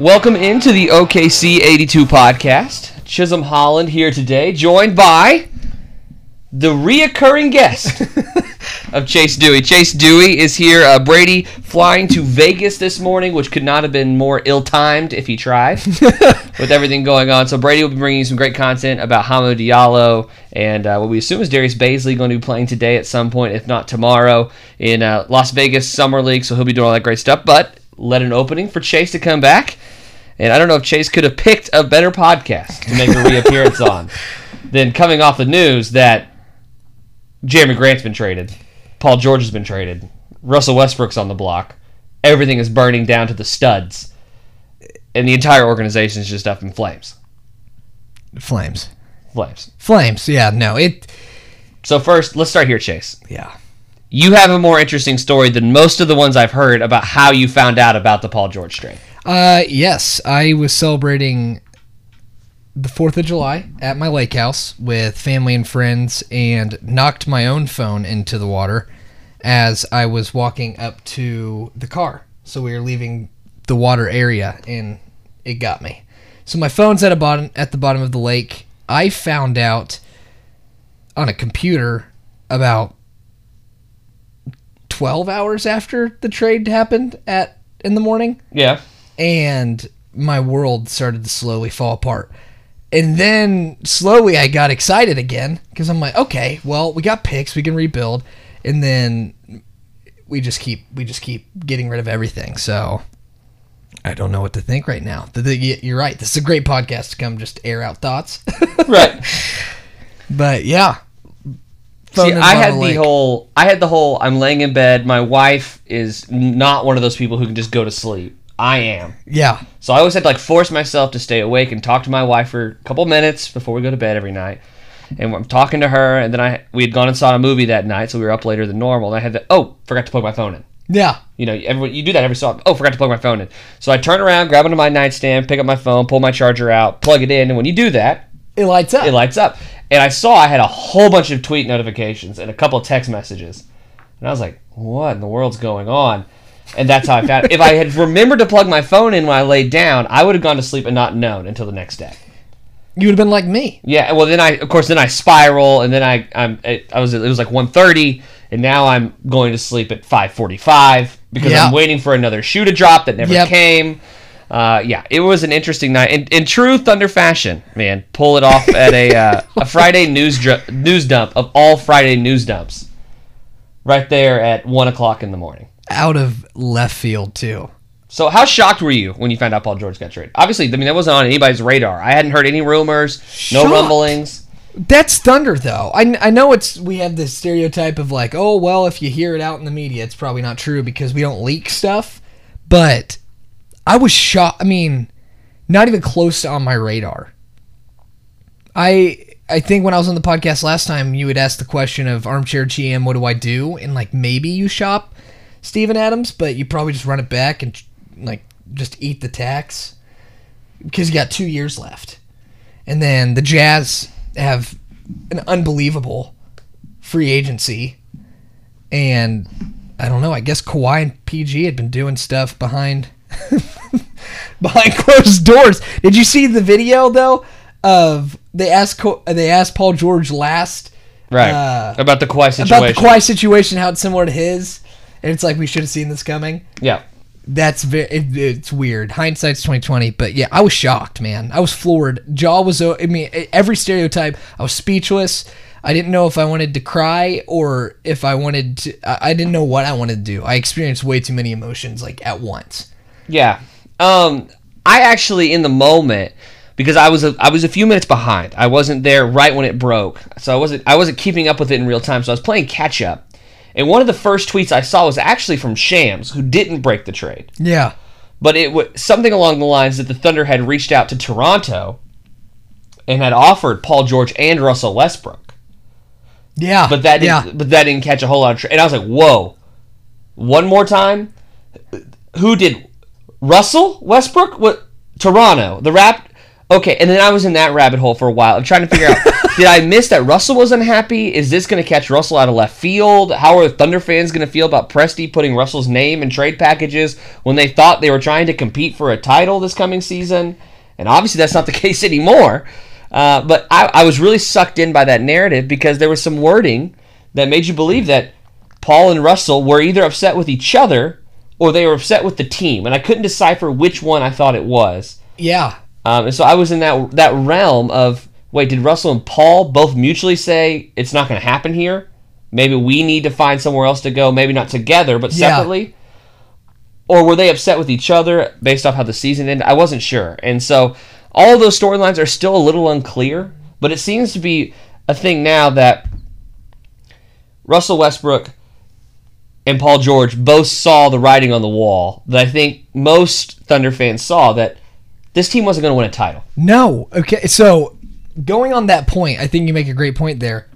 Welcome into the OKC 82 podcast. Chisholm Holland here today, joined by the reoccurring guest of Chase Dewey. Chase Dewey is here. Uh, Brady flying to Vegas this morning, which could not have been more ill timed if he tried with everything going on. So, Brady will be bringing you some great content about Hamo Diallo and uh, what we assume is Darius Baisley going to be playing today at some point, if not tomorrow, in uh, Las Vegas Summer League. So, he'll be doing all that great stuff. But let an opening for Chase to come back. And I don't know if Chase could have picked a better podcast to make a reappearance on than coming off the news that Jeremy Grant's been traded. Paul George has been traded. Russell Westbrook's on the block. Everything is burning down to the studs. And the entire organization is just up in flames. Flames. Flames. Flames. Yeah, no, it. So, first, let's start here, Chase. Yeah. You have a more interesting story than most of the ones I've heard about how you found out about the Paul George trade. Uh, yes, I was celebrating the 4th of July at my lake house with family and friends and knocked my own phone into the water as I was walking up to the car. So we were leaving the water area and it got me. So my phone's at a bottom at the bottom of the lake. I found out on a computer about 12 hours after the trade happened at in the morning Yeah. and my world started to slowly fall apart. And then slowly I got excited again because I'm like, okay, well, we got picks, we can rebuild, and then we just keep we just keep getting rid of everything. So I don't know what to think right now. The, the, y- you're right. This is a great podcast to come just air out thoughts. Right. but yeah, See, Phone is I on had the the lake. whole. I had the whole. I'm laying in bed. My wife is not one of those people who can just go to sleep. I am. yeah, So I always had to like force myself to stay awake and talk to my wife for a couple minutes before we go to bed every night. And I'm talking to her, and then I we had gone and saw a movie that night, so we were up later than normal. And I had the oh forgot to plug my phone in. yeah, You know, everyone you do that every so often. Oh, forgot to plug my phone in. So I turn around, grab onto my nightstand, pick up my phone, pull my charger out, plug it in, and when you do that, it lights up. it lights up. And I saw I had a whole bunch of tweet notifications and a couple of text messages. And I was like, what in the world's going on? And that's how I found If I had remembered to plug my phone in when I laid down, I would have gone to sleep and not known until the next day. you would have been like me. Yeah, well, then I, of course, then I spiral, and then I, I'm, it, I was, it was like 1.30, and now I'm going to sleep at 5.45 because Yeah. I'm waiting for another shoe to drop that never Yep. came. Uh, yeah, it was an interesting night. In, in true Thunder fashion, man, pull it off at a, uh, a Friday news, dr- news dump of all Friday news dumps right there at 1 o'clock in the morning. Out of left field too. So how shocked were you when you found out Paul George got traded? Obviously, I mean, that wasn't on anybody's radar. I hadn't heard any rumors, no Shocked. rumblings. That's thunder, though. I, I know it's we have this stereotype of like, oh well, if you hear it out in the media, it's probably not true because we don't leak stuff. But I was shocked. I mean, not even close to on my radar. I I think when I was on the podcast last time, you had asked the question of armchair GM, what do I do? And like maybe you shop Steven Adams, but you probably just run it back and like just eat the tax because you got two years left. And then the Jazz have an unbelievable free agency. And I don't know, I guess Kawhi and PG had been doing stuff behind behind closed doors. Did you see the video though of they asked Ka- they asked Paul George last Right. uh, about the Kawhi situation. about the Kawhi situation how it's similar to his and it's like we should have seen this coming. Yeah. That's very. It, it's weird. Hindsight's twenty twenty. But yeah, I was shocked, man. I was floored. Jaw was. o- I mean, e, every stereotype. I was speechless. I didn't know if I wanted to cry or if I wanted to. I, I didn't know what I wanted to do. I experienced way too many emotions like at once. Yeah. Um, I actually in the moment because I was a, I was a few minutes behind. I wasn't there right when it broke, so I wasn't I wasn't keeping up with it in real time. So I was playing catch up. And one of the first tweets I saw was actually from Shams, who didn't break the trade, Yeah. but it was something along the lines that the Thunder had reached out to Toronto and had offered Paul George and Russell Westbrook. Yeah. But that Yeah. didn't, but that didn't catch a whole lot of. Tra- and I was like, whoa, one more time. Who did Russell Westbrook? What Toronto? The rap? Okay, and then I was in that rabbit hole for a while. I'm trying to figure out did I miss that Russell was unhappy? Is this going to catch Russell out of left field? How are Thunder fans going to feel about Presti putting Russell's name in trade packages when they thought they were trying to compete for a title this coming season? And obviously, that's not the case anymore. Uh, but I, I was really sucked in by that narrative because there was some wording that made you believe that Paul and Russell were either upset with each other or they were upset with the team. And I couldn't decipher which one I thought it was. Yeah. Um, and so I was in that that realm of wait, did Russell and Paul both mutually say it's not going to happen here? Maybe we need to find somewhere else to go. Maybe not together, but Yeah. separately. Or were they upset with each other based off how the season ended? I wasn't sure, and so all those storylines are still a little unclear. But it seems to be a thing now that Russell Westbrook and Paul George both saw the writing on the wall that I think most Thunder fans saw that this team wasn't going to win a title. No. Okay. So going on that point, I think you make a great point there.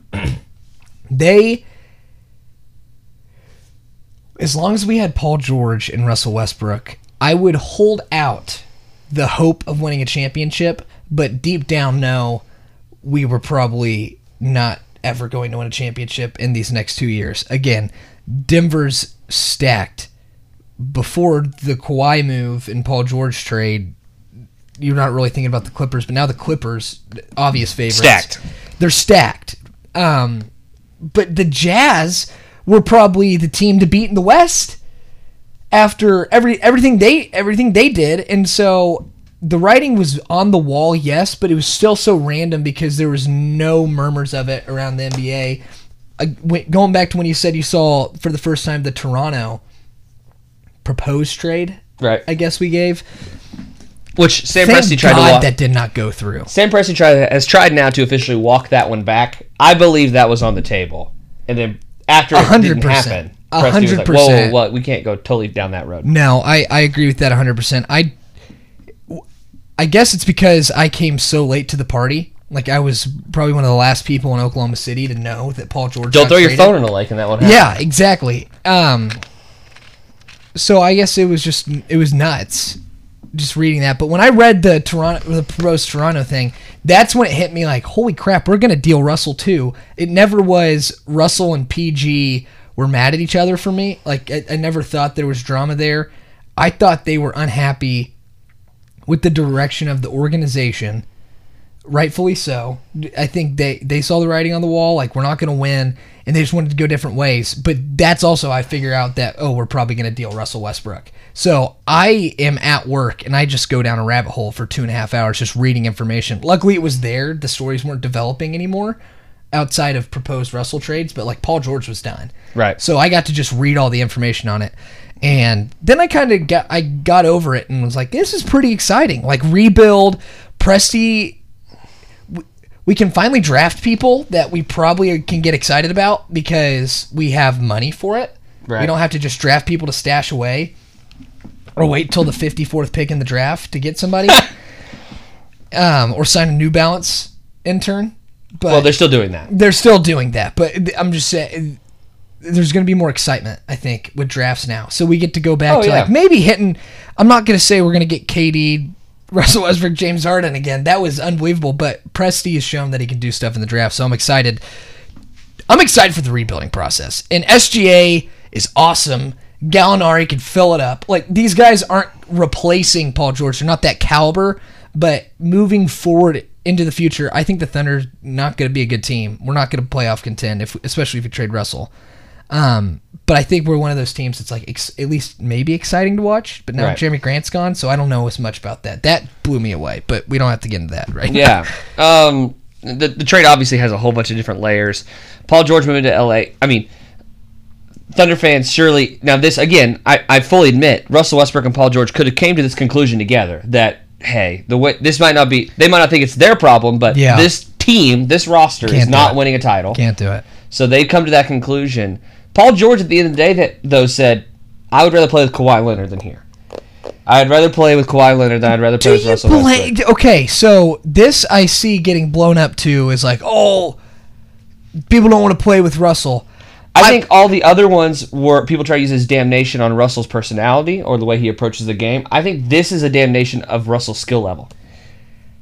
they, as long as we had Paul George and Russell Westbrook, I would hold out the hope of winning a championship, but deep down, know we were probably not ever going to win a championship in these next two years. Again, Denver's stacked. Before the Kawhi move and Paul George trade, you're not really thinking about the Clippers, but now the Clippers, obvious favorites. Stacked. They're stacked. Um, but the Jazz were probably the team to beat in the West after every everything they everything they did, and so the writing was on the wall, yes, but it was still so random because there was no murmurs of it around the NBA. I, when, going back to when you said you saw for the first time the Toronto proposed trade, Right. I guess we gave. Which Sam Thank Presti tried God to walk. that did not go through. Sam Presti tried, has tried now to officially walk that one back. I believe that was on the table, and then after it did not 100%. happen, Presti was like, "Whoa, whoa, 100%. whoa, we can't go totally down that road." No, I, I agree with that 100%. I I guess it's because I came so late to the party. Like I was probably one of the last people in Oklahoma City to know that Paul George Don't got throw your traded. phone in the lake, and that one. happened. Yeah, exactly. Um so I guess it was just it was nuts just reading that, but when I read the Toronto the proposed Toronto thing, that's when it hit me like, holy crap, we're going to deal Russell too. It never was Russell and PG were mad at each other for me. Like I, I never thought there was drama there. I thought they were unhappy with the direction of the organization, rightfully so. I think they they saw the writing on the wall, like we're not going to win, and they just wanted to go different ways. But that's also I figure out that oh, we're probably going to deal Russell Westbrook. So I am at work and I just go down a rabbit hole for two and a half hours just reading information. Luckily, it was there. The stories weren't developing anymore outside of proposed Russell trades, but like Paul George was done. Right. So I got to just read all the information on it. And then I kind of got I got over it and was like, this is pretty exciting. Like rebuild, Presti w- we can finally draft people that we probably can get excited about because we have money for it. Right. We don't have to just draft people to stash away or wait till the 54th pick in the draft to get somebody um, or sign a New Balance intern. But Well, they're still doing that. they're still doing that, but th- I'm just saying there's going to be more excitement, I think, with drafts now. So we get to go back Oh, to yeah. like maybe hitting. I'm not going to say we're going to get KD, Russell Westbrook, James Harden again. That was unbelievable, but Presti has shown that he can do stuff in the draft. So I'm excited. I'm excited for the rebuilding process. And SGA is awesome. Gallinari can fill it up. Like these guys aren't replacing Paul George. They're not that caliber, but moving forward into the future, I think the Thunder's not going to be a good team. We're not going to playoff contend, if especially if you trade Russell. Um, but I think we're one of those teams that's like ex- at least maybe exciting to watch. But now Right. Jeremy Grant's gone, so I don't know as much about that. That blew me away. But we don't have to get into that right now. Yeah. Um, the, the trade obviously has a whole bunch of different layers. Paul George moving to LA. I mean, Thunder fans surely. Now this again, I, I fully admit Russell Westbrook and Paul George could have came to this conclusion together that hey, the way this might not be, they might not think it's their problem, but Yeah. this team, this roster Can't is do not it. winning a title. Can't do it. So they come to that conclusion. Paul George, at the end of the day, that though said, "I would rather play with Kawhi Leonard than here. I'd rather play with Kawhi Leonard than I'd rather play Do with you Russell Westbrook." believe? Okay, so this I see getting blown up to is like, oh, people don't want to play with Russell. I think all the other ones were people try to use his damnation on Russell's personality or the way he approaches the game. I think this is a damnation of Russell's skill level.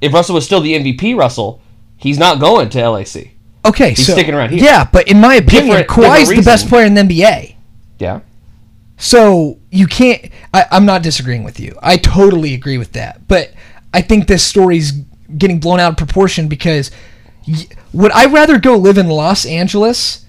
if Russell was still the MVP, Russell, he's not going to LAC. Okay, He's so sticking around here. Yeah, but in my opinion, Different- different Kawhi's the best reason. player in the NBA. Yeah. So you can't. I, I'm not disagreeing with you. I totally agree with that. But I think this story's getting blown out of proportion because y- would I rather go live in Los Angeles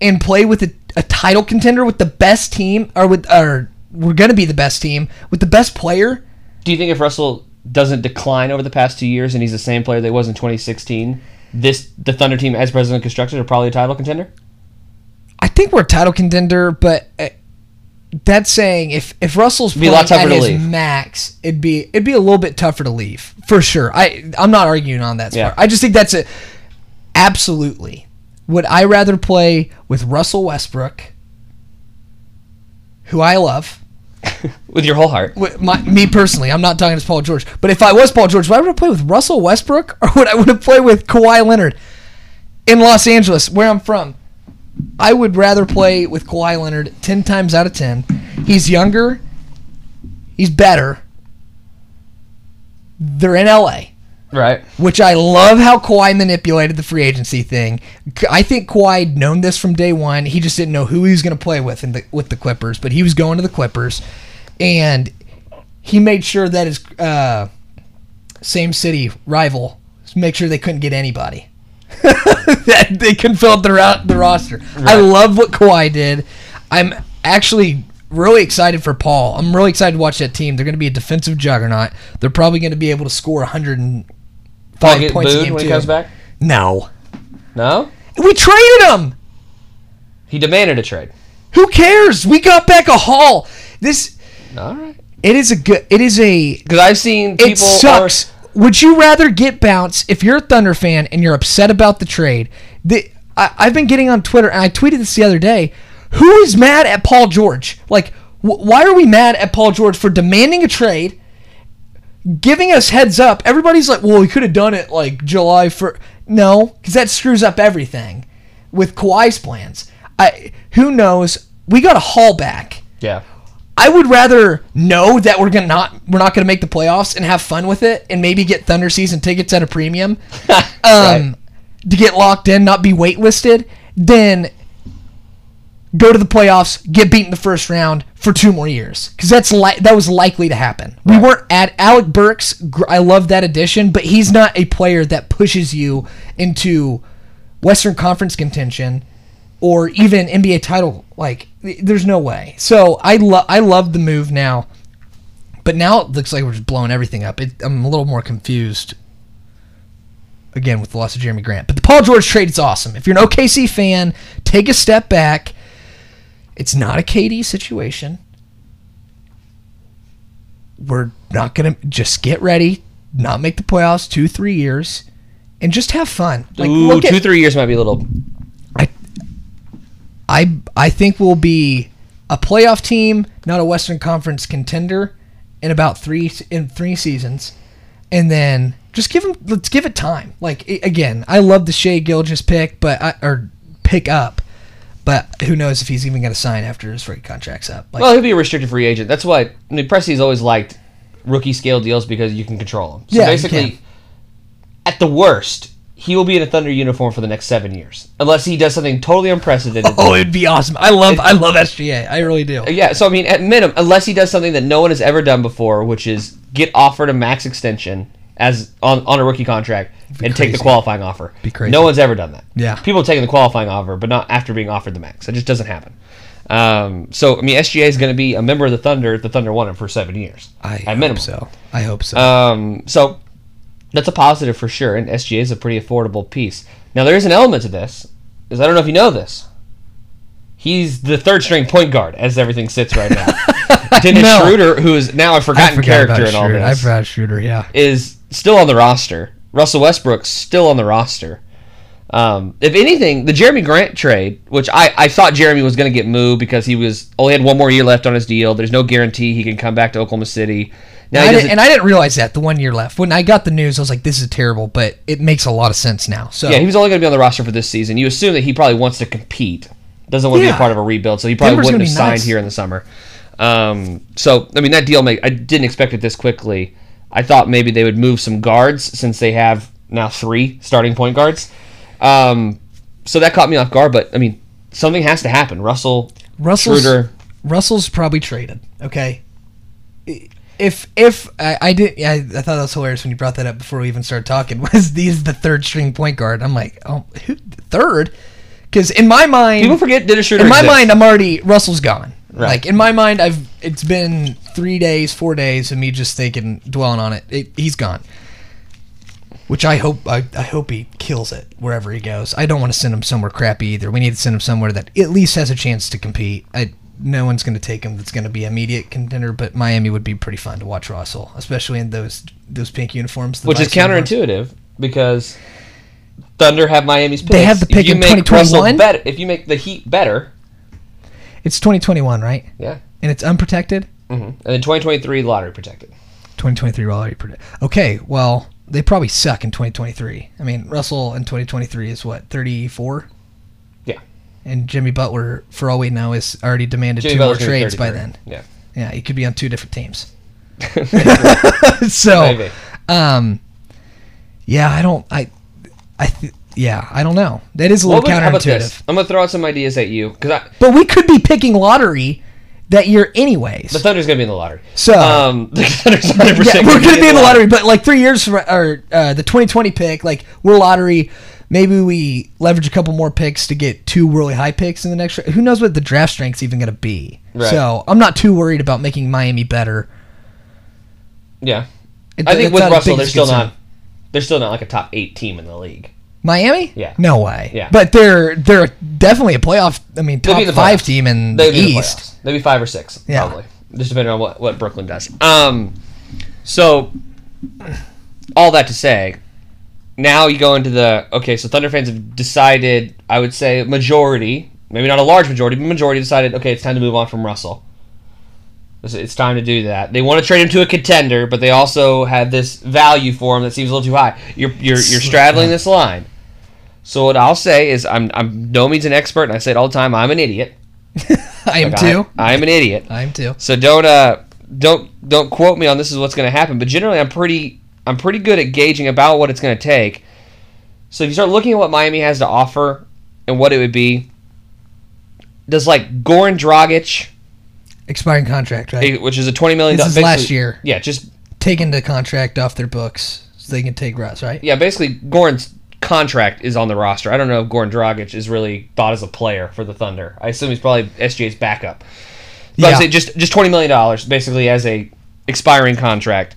and play with a, a title contender with the best team, or with or we're gonna be the best team with the best player? Do you think if Russell doesn't decline over the past two years and he's the same player that he was in 2016, this the Thunder team as president constructed are probably a title contender? I think we're a title contender, but uh, that's saying if if Russell's be a playing lot at tougher to his leave. max, it'd be it'd be a little bit tougher to leave for sure. I I'm not arguing on that. Yeah. Part. I just think that's a absolutely. Would I rather play with Russell Westbrook, who I love? With your whole heart. wi- My, me personally, I'm not talking to Paul George, but if I was Paul George, would I want to play with Russell Westbrook or would I want to play with Kawhi Leonard in Los Angeles, where I'm from? I would rather play with Kawhi Leonard 10 times out of 10. He's younger, he's better. They're in LA, Right. which I love how Kawhi manipulated the free agency thing. K- I think Kawhi had known this from day one. He just didn't know who he was going to play with in the, with the Clippers, but he was going to the Clippers, and he made sure that his uh, same city rival make sure they couldn't get anybody. that they couldn't fill up the, ro- the roster. I love what Kawhi did. I'm actually really excited for Paul. I'm really excited to watch that team. They're going to be a defensive juggernaut. They're probably going to be able to score 105 Paul get points a booed game when he too. comes back? No, No? we traded him. He demanded a trade. Who cares? We got back a haul. This All right. it is a good. It is a Because I've seen people. it sucks. Would you rather get bounced if you're a Thunder fan and you're upset about the trade? The, I, I've been getting on Twitter, and I tweeted this the other day. Who is mad at Paul George? Like, wh- why are we mad at Paul George for demanding a trade, giving us heads up? Everybody's like, well, he could have done it like July for no, because that screws up everything with Kawhi's plans. I who knows? We got a haul back. Yeah. I would rather know that we're gonna not we're not gonna make the playoffs and have fun with it and maybe get Thunder season tickets at a premium, um, Right. to get locked in, not be waitlisted, than go to the playoffs, get beat in the first round for two more years because that's li- that was likely to happen. We weren't at Alec Burks. gr- I love that addition, but he's not a player that pushes you into Western Conference contention or even NBA title. Like, th- there's no way. So I love I love the move now, but now it looks like we're just blowing everything up. It, I'm a little more confused. Again, with the loss of Jeremy Grant. But the Paul George trade is awesome. If you're an OKC fan, take a step back. It's not a KD situation. We're not going to just get ready, not make the playoffs two, three years, and just have fun. Like, Ooh, look at, two, three years might be a little. I, I, I think we'll be a playoff team, not a Western Conference contender, in about three in three seasons, and then just give them. Let's give it time. Like a- again, I love the Shea Gilgis pick, but I, or pick up, but who knows if he's even going to sign after his free contract's up? Like, Well, he'll be a restricted free agent. That's why. I mean, Presti's always liked rookie scale deals because you can control them. So Yeah, you can. basically, at the worst, he will be in a Thunder uniform for the next seven years. Unless he does something totally unprecedented. oh, it'd be awesome. I love I love SGA. I really do. Yeah, so I mean, at minimum, unless he does something that no one has ever done before, which is get offered a max extension as on, on a rookie contract and take the crazy. qualifying offer. Be crazy. No one's ever done that. Yeah. people have taken the qualifying offer, but not after being offered the max. It just doesn't happen. Um, so I mean, SGA is going to be a member of the Thunder. if The Thunder won it for seven years I at hope minimum. so. I hope so. Um, so that's a positive for sure, and SGA is a pretty affordable piece. Now there is an element to this, is I don't know if you know this. He's the third string point guard as everything sits right now. Dennis No. Schroeder, who is now a I forgotten forgot character about in all Schroeder. I this, forgot Shooter. Yeah. is still on the roster. Russell Westbrook's still on the roster. Um, if anything, the Jeremy Grant trade, which I, I thought Jeremy was going to get moved because he was only had one more year left on his deal. There's no guarantee he can come back to Oklahoma City. Now he I doesn't- didn't, and I didn't realize that the one year left. When I got the news, I was like, "This is terrible," but it makes a lot of sense now. So Yeah, he was only going to be on the roster for this season. You assume that he probably wants to compete. Doesn't want to be Yeah. a part of a rebuild, so he probably Denver's wouldn't gonna have be signed nuts. here in the summer. Um, so I mean, that deal make I didn't expect it this quickly. I thought maybe they would move some guards since they have now three starting point guards. Um, so that caught me off guard, but I mean, something has to happen. Russell, Russell's Schroeder, Russell's probably traded. Okay. If if I, I did I, I thought that was hilarious when you brought that up before we even started talking was these the third string point guard I'm like oh who, third because in my mind people forget Dennis Schroeder. in my exists. mind I'm already Russell's gone Right. like in my mind I've it's been three days four days of me just thinking dwelling on it, it he's gone which I hope I, I hope he kills it wherever he goes. I don't want to send him somewhere crappy either. We need to send him somewhere that at least has a chance to compete. I no one's going to take him that's going to be immediate contender, but Miami would be pretty fun to watch Russell, especially in those those pink uniforms. the which is Vice uniforms. counterintuitive because Thunder have Miami's pick. have the pick if you in make Russell 2021? Better, if you make the Heat better, It's 2021, right? yeah, And it's unprotected. hmm and then 2023 lottery protected. 2023 were already predict. Okay, well, they probably suck in 2023. I mean, Russell in 2023 is what 34, Yeah, and Jimmy Butler, for all we know, is already demanded Jimmy two Butler's more gonna be trades by 33. then. Yeah, Yeah, he could be on two different teams. so, Oh, maybe. um, yeah, I don't, I, I, th- yeah, I don't know. That is a What little would, how about counterintuitive. this? I'm gonna throw out some ideas at you because But we could be picking lottery that year, anyways. the Thunder's gonna be in the lottery. So- um, the Thunder's 100. yeah, percent we're gonna be in the lottery, but like three years from or uh, the 2020 pick, like we're lottery. Maybe we leverage a couple more picks to get two really high picks in the next. round. Who knows what the draft strength's even gonna be? Right. So I'm not too worried about making Miami better. Yeah, It- I think it's with not as Russell, big they're as a still concern. not. They're still not like a top eight team in the league. Miami. Yeah. No way. Yeah. But they're they're definitely a playoff. I mean, They'll top be in the five playoffs. team in They'd the be in the East. playoffs. They'd be five or six, Yeah. probably. Just depending on what, what Brooklyn does. Um, so all that to say, now you go into the okay. So Thunder fans have decided. I would say majority, maybe not a large majority, but majority decided. Okay, it's time to move on from Russell. It's- It's time to do that. They want to trade him to a contender, but they also have this value for him that seems a little too high. You're you're, you're straddling this line. So what I'll say is, I'm I'm no means an expert, and I say it all the time. I'm an idiot. I am Like, I- too. I, am an idiot. I am too. So don't uh don't don't quote me on this is what's going to happen. But generally, I'm pretty I'm pretty good at gauging about what it's going to take. So if you start looking at what Miami has to offer and what it would be, does like Goran Dragic, Expiring contract, right? eh, which is a twenty million This is basically- last year. Yeah, just Taking the contract off their books so they can take Russ, right? yeah, basically Goran's contract is on the roster. I don't know if Goran Dragic is really thought as a player for the Thunder. I assume he's probably SGA's backup. But Yeah. I'm saying just just twenty million dollars basically as a expiring contract.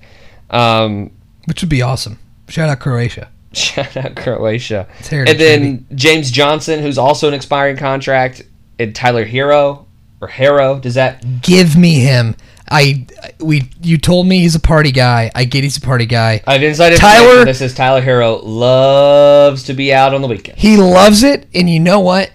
Um, Which would be awesome. Shout out Croatia. shout out Croatia. It's And heritage, then James Johnson, who's also an expiring contract, and Tyler Hero or Harrow. Does that Give me him. I we you told me he's a party guy. I get he's a party guy. I have inside information. Tyler- This is Tyler Hero loves to be out on the weekend. He loves it, and you know what?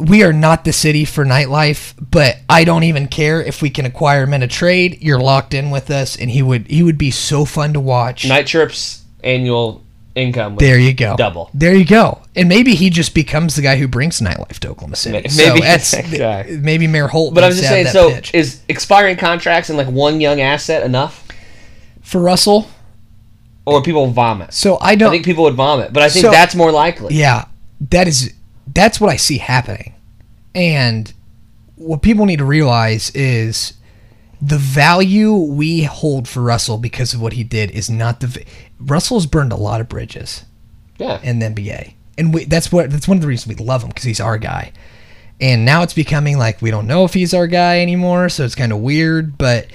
We are not the city for nightlife, but I don't even care if we can acquire him in a trade. You're locked in with us, and he would he would be so fun to watch. Night trips annual income. would There you go. Double. There you go. And maybe he just becomes the guy who brings nightlife to Oklahoma City. Maybe so he's that's that guy. maybe Mayor Holt. But I'm needs just to have saying. So that pitch. is expiring contracts and like one young asset enough, for Russell, or would people vomit? so I I don't think people would vomit, but I think So- that's more likely. Yeah, that is that's what I see happening. And what people need to realize is the value we hold for Russell because of what he did is not the v- Russell's burned a lot of bridges Yeah. in the NBA. And we, that's what that's one of the reasons we love him because he's our guy. And now it's becoming like we don't know if he's our guy anymore, so it's kind of weird, but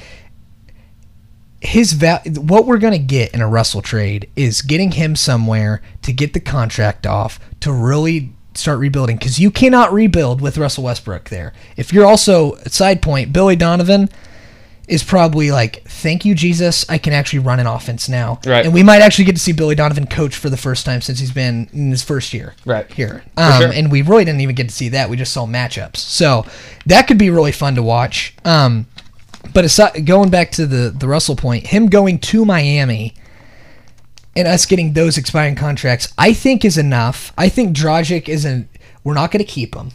his val- what we're going to get in a Russell trade is getting him somewhere to get the contract off to really start rebuilding cuz you cannot rebuild with Russell Westbrook there. If you're also side point Billy Donovan is probably like thank you Jesus, I can actually run an offense now. Right. And we might actually get to see Billy Donovan coach for the first time since he's been in his first year Right. here. Um, sure. And we really didn't even get to see that. We just saw matchups. So that could be really fun to watch. Um, but aside, going back to the, the Russell point, him going to Miami and us getting those expiring contracts, I think is enough. I think Dragic isn't. We're not going to keep him.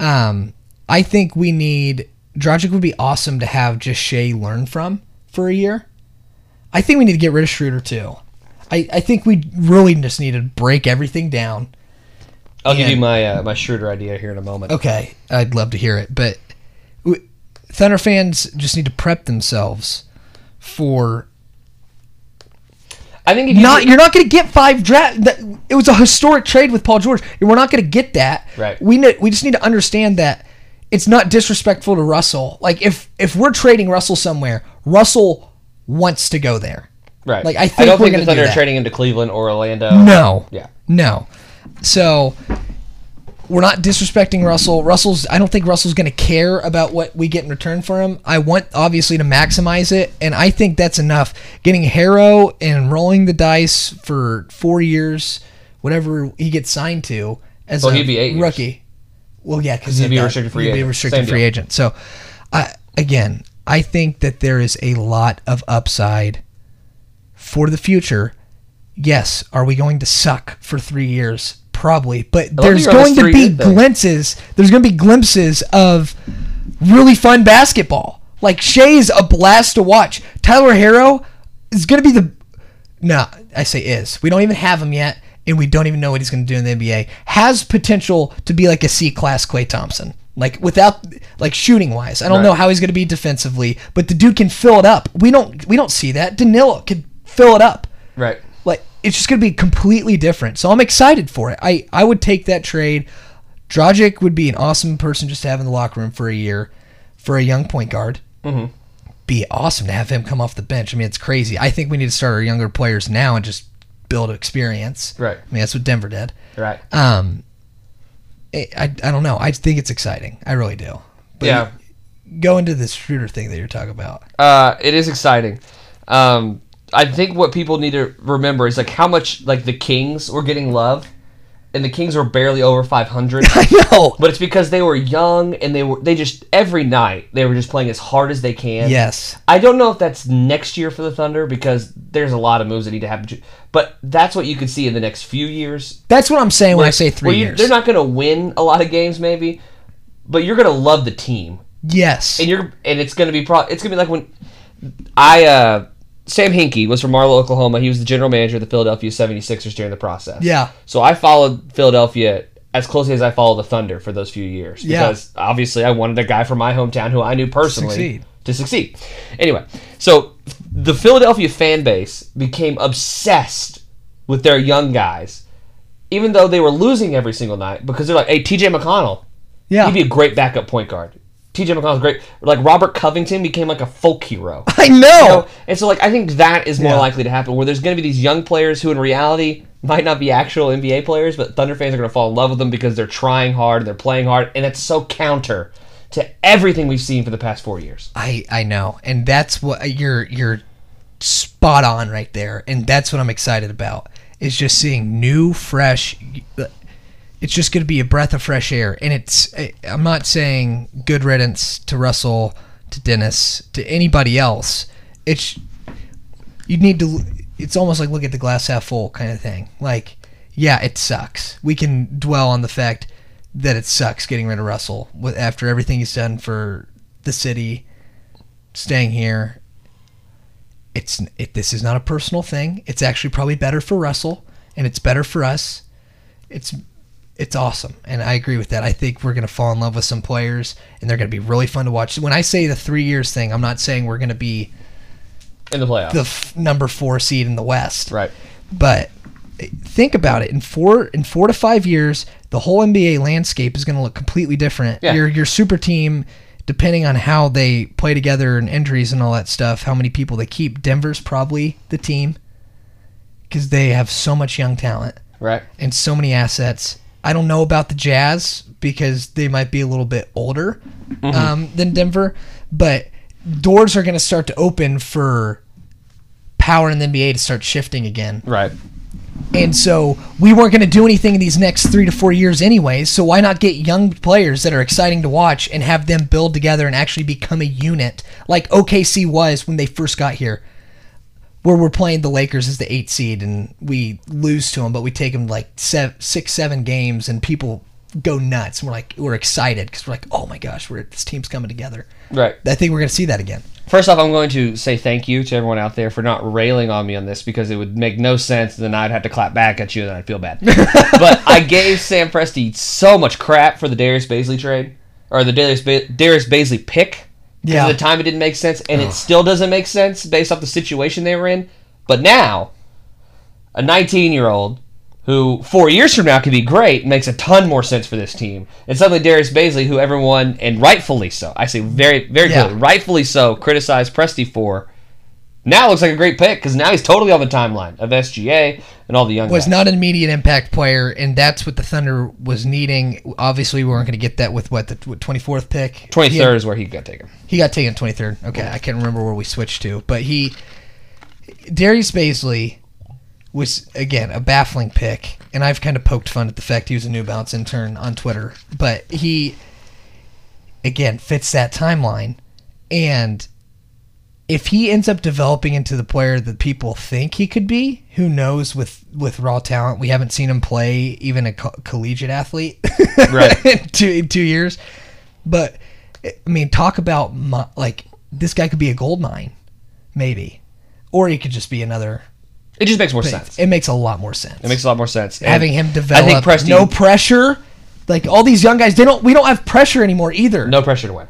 Um, I think we need Dragic would be awesome to have just Shea learn from for a year. I think we need to get rid of Schroeder too. I, I think we really just need to break everything down. I'll give And- you my uh, my Schroeder idea here in a moment. Okay, I'd love to hear it, but w- Thunder fans just need to prep themselves for I think if you not. You're not going to get five draft. That, it was a historic trade with Paul George. We're not going to get that. Right. We know, we just need to understand that it's not disrespectful to Russell. Like if if we're trading Russell somewhere, Russell wants to go there. right. like, I I think don't we're think the gonna do Thunder are that. Mm-hmm. trading him to Cleveland or Orlando. No. Yeah. No. So we're not disrespecting Russell. Russell's I don't think Russell's going to care about what we get in return for him. I want obviously to maximize it and I think that's enough. Getting Harrow and rolling the dice for 4 years whatever he gets signed to as Well, a he'd be eight years. rookie. Well, yeah, cuz He'd be a restricted free He'd be a agent. restricted Same free deal. agent. So I again, I think that there is a lot of upside for the future, yes, are we going to suck for three years? Probably, but that there's you're on going this to be three-year thing. glimpses. There's going to be glimpses of really fun basketball. Like Shay's a blast to watch. Tyler Harrow is going to be the. No, I say is. We don't even have him yet, and we don't even know what he's going to do in the NBA. Has potential to be like a C class Clay Thompson. Like without like shooting wise, I don't Right. know how he's going to be defensively, but the dude can fill it up. We don't we don't see that. Danilo can fill it up Right. like it's just going to be completely different. So I'm excited for it. I I would take that trade. Dragic would be an awesome person just to have in the locker room for a year for a young point guard. Mhm. Be awesome to have him come off the bench. I mean, it's crazy. I think we need to start our younger players now and just build experience. Right. I mean, that's what Denver did. Right. Um, I I, I don't know. I think it's exciting. I really do. But yeah. Go into this shooter thing that you're talking about. Uh, it is exciting. Um, I think what people need to remember is like how much like the Kings were getting love, and the Kings were barely over 500. I know. but it's because they were young and they were they just every night they were just playing as hard as they can. Yes. I don't know if that's next year for the Thunder because there's a lot of moves that need to happen. But that's what you could see in the next few years. That's what I'm saying when I say three Where you- years. They're not going to win a lot of games, maybe, but you're going to love the team yes. and you're and it's gonna be pro. It's gonna be like when I uh, Sam Hinkie was from Marlow, Oklahoma. He was the general manager of the Philadelphia 76ers during the process. Yeah. So I followed Philadelphia as closely as I followed the Thunder for those few years Yeah. because obviously I wanted a guy from my hometown who I knew personally Succeed. to succeed. Anyway, so the Philadelphia fan base became obsessed with their young guys. Even though they were losing every single night, because they're like, "Hey, T.J. McConnell, Yeah. He'd be a great backup point guard. TJ McConnell's great. Like Robert Covington became like a folk hero. I know. Oh, And so like I think that is more Oh, Yeah. likely to happen where there's going to be these young players who in reality might not be actual NBA players, but Thunder fans are going to fall in love with them because they're trying hard and they're playing hard and that's so counter to everything we've seen for the past 4 years. I I know, and that's what you're you're spot on right there, and that's what I'm excited about is just seeing new, fresh. It's just going to be a breath of fresh air, and it's. I- I'm not saying good riddance to Russell, to Dennis, to anybody else. It's you need to. It's almost like look at the glass half full kind of thing. Like, yeah, it sucks. We can dwell on the fact that it sucks getting rid of Russell with- after everything he's done for the city, staying here. It's it, this is not a personal thing. It's actually probably better for Russell, and it's better for us. It's it's awesome, and I agree with that. I think we're gonna fall in love with some players, and they're gonna be really fun to watch. When I say the three years thing, I'm not saying we're gonna be In the playoffs. the f- number four seed in the West. right. But think about it in four in four to five years, the whole NBA landscape is going to look completely different. Yeah. Your your super team, depending on how they play together and injuries and all that stuff, how many people they keep. Denver's probably the team because they have so much young talent Right. and so many assets. I don't know about the Jazz because they might be a little bit older um, than Denver, but doors are going to start to open for power in the NBA to start shifting again. Right. And so we weren't going to do anything in these next three to four years, anyways. So why not get young players that are exciting to watch and have them build together and actually become a unit like OKC was when they first got here, where we're playing the Lakers as the eight seed and we lose to them, but we take them like seven, six, seven games, and people go nuts. We're like we're excited because we're like, oh my gosh, we're this team's coming together. Right. I think we're gonna see that again. First off, I'm going to say thank you to everyone out there for not railing on me on this because it would make no sense. Then I'd have to clap back at you, and I'd feel bad. but I gave Sam Presti so much crap for the Darius Baisley trade or the Darius ba- Darius Baisley pick. Because Yeah. at the time it didn't make sense, and it still doesn't make sense based off the situation they were in. But now, a 19 year old who four years from now could be great makes a ton more sense for this team. And suddenly Darius Baisley, who everyone and rightfully so, I say very very Yeah. clearly, rightfully so, criticized Presti for, now looks like a great pick because now he's totally on the timeline of SGA and all the young Was guys. not an immediate impact player, and that's what the Thunder was needing. Obviously, we weren't gonna get that with what the twenty fourth pick. 23rd He had- is where he got taken. He got taken 23rd. Okay, I can't remember where we switched to, but he Darius Baisley was again a baffling pick, and I've kind of poked fun at the fact he was a New Balance intern on Twitter, but he again fits that timeline, and if he ends up developing into the player that people think he could be, who knows? With with raw talent, we haven't seen him play even a co- collegiate athlete, Right. in two in two years, but I mean, talk about mo- like this guy could be a gold mine, maybe, or he could just be another. It just makes more It, sense. it makes a lot more sense. It makes a lot more sense. And having him develop. I think Presti, no pressure. Like all these young guys, they don't. We don't have pressure anymore either. no pressure to win.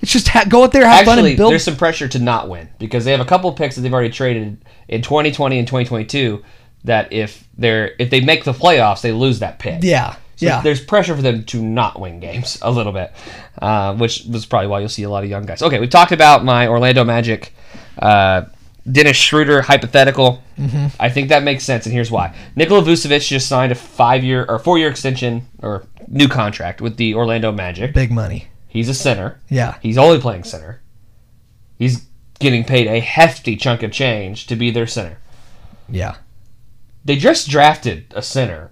It's just ha- go out there, have fun, Actually, and build. there's some pressure to not win because they have a couple picks that they've already traded in 2020 and 2022. That if they're if they make the playoffs, they lose that pick. yeah, So yeah. There's pressure for them to not win games a little bit, uh, which was probably why you'll see a lot of young guys. Okay, we talked about my Orlando Magic, uh, Dennis Schroeder hypothetical. Mm-hmm. I think that makes sense, and here's why. Nikola Vucevic just signed a five-year or four-year extension or new contract with the Orlando Magic. Big money. He's a center. Yeah, He's only playing center. He's getting paid a hefty chunk of change to be their center. yeah. They just drafted a center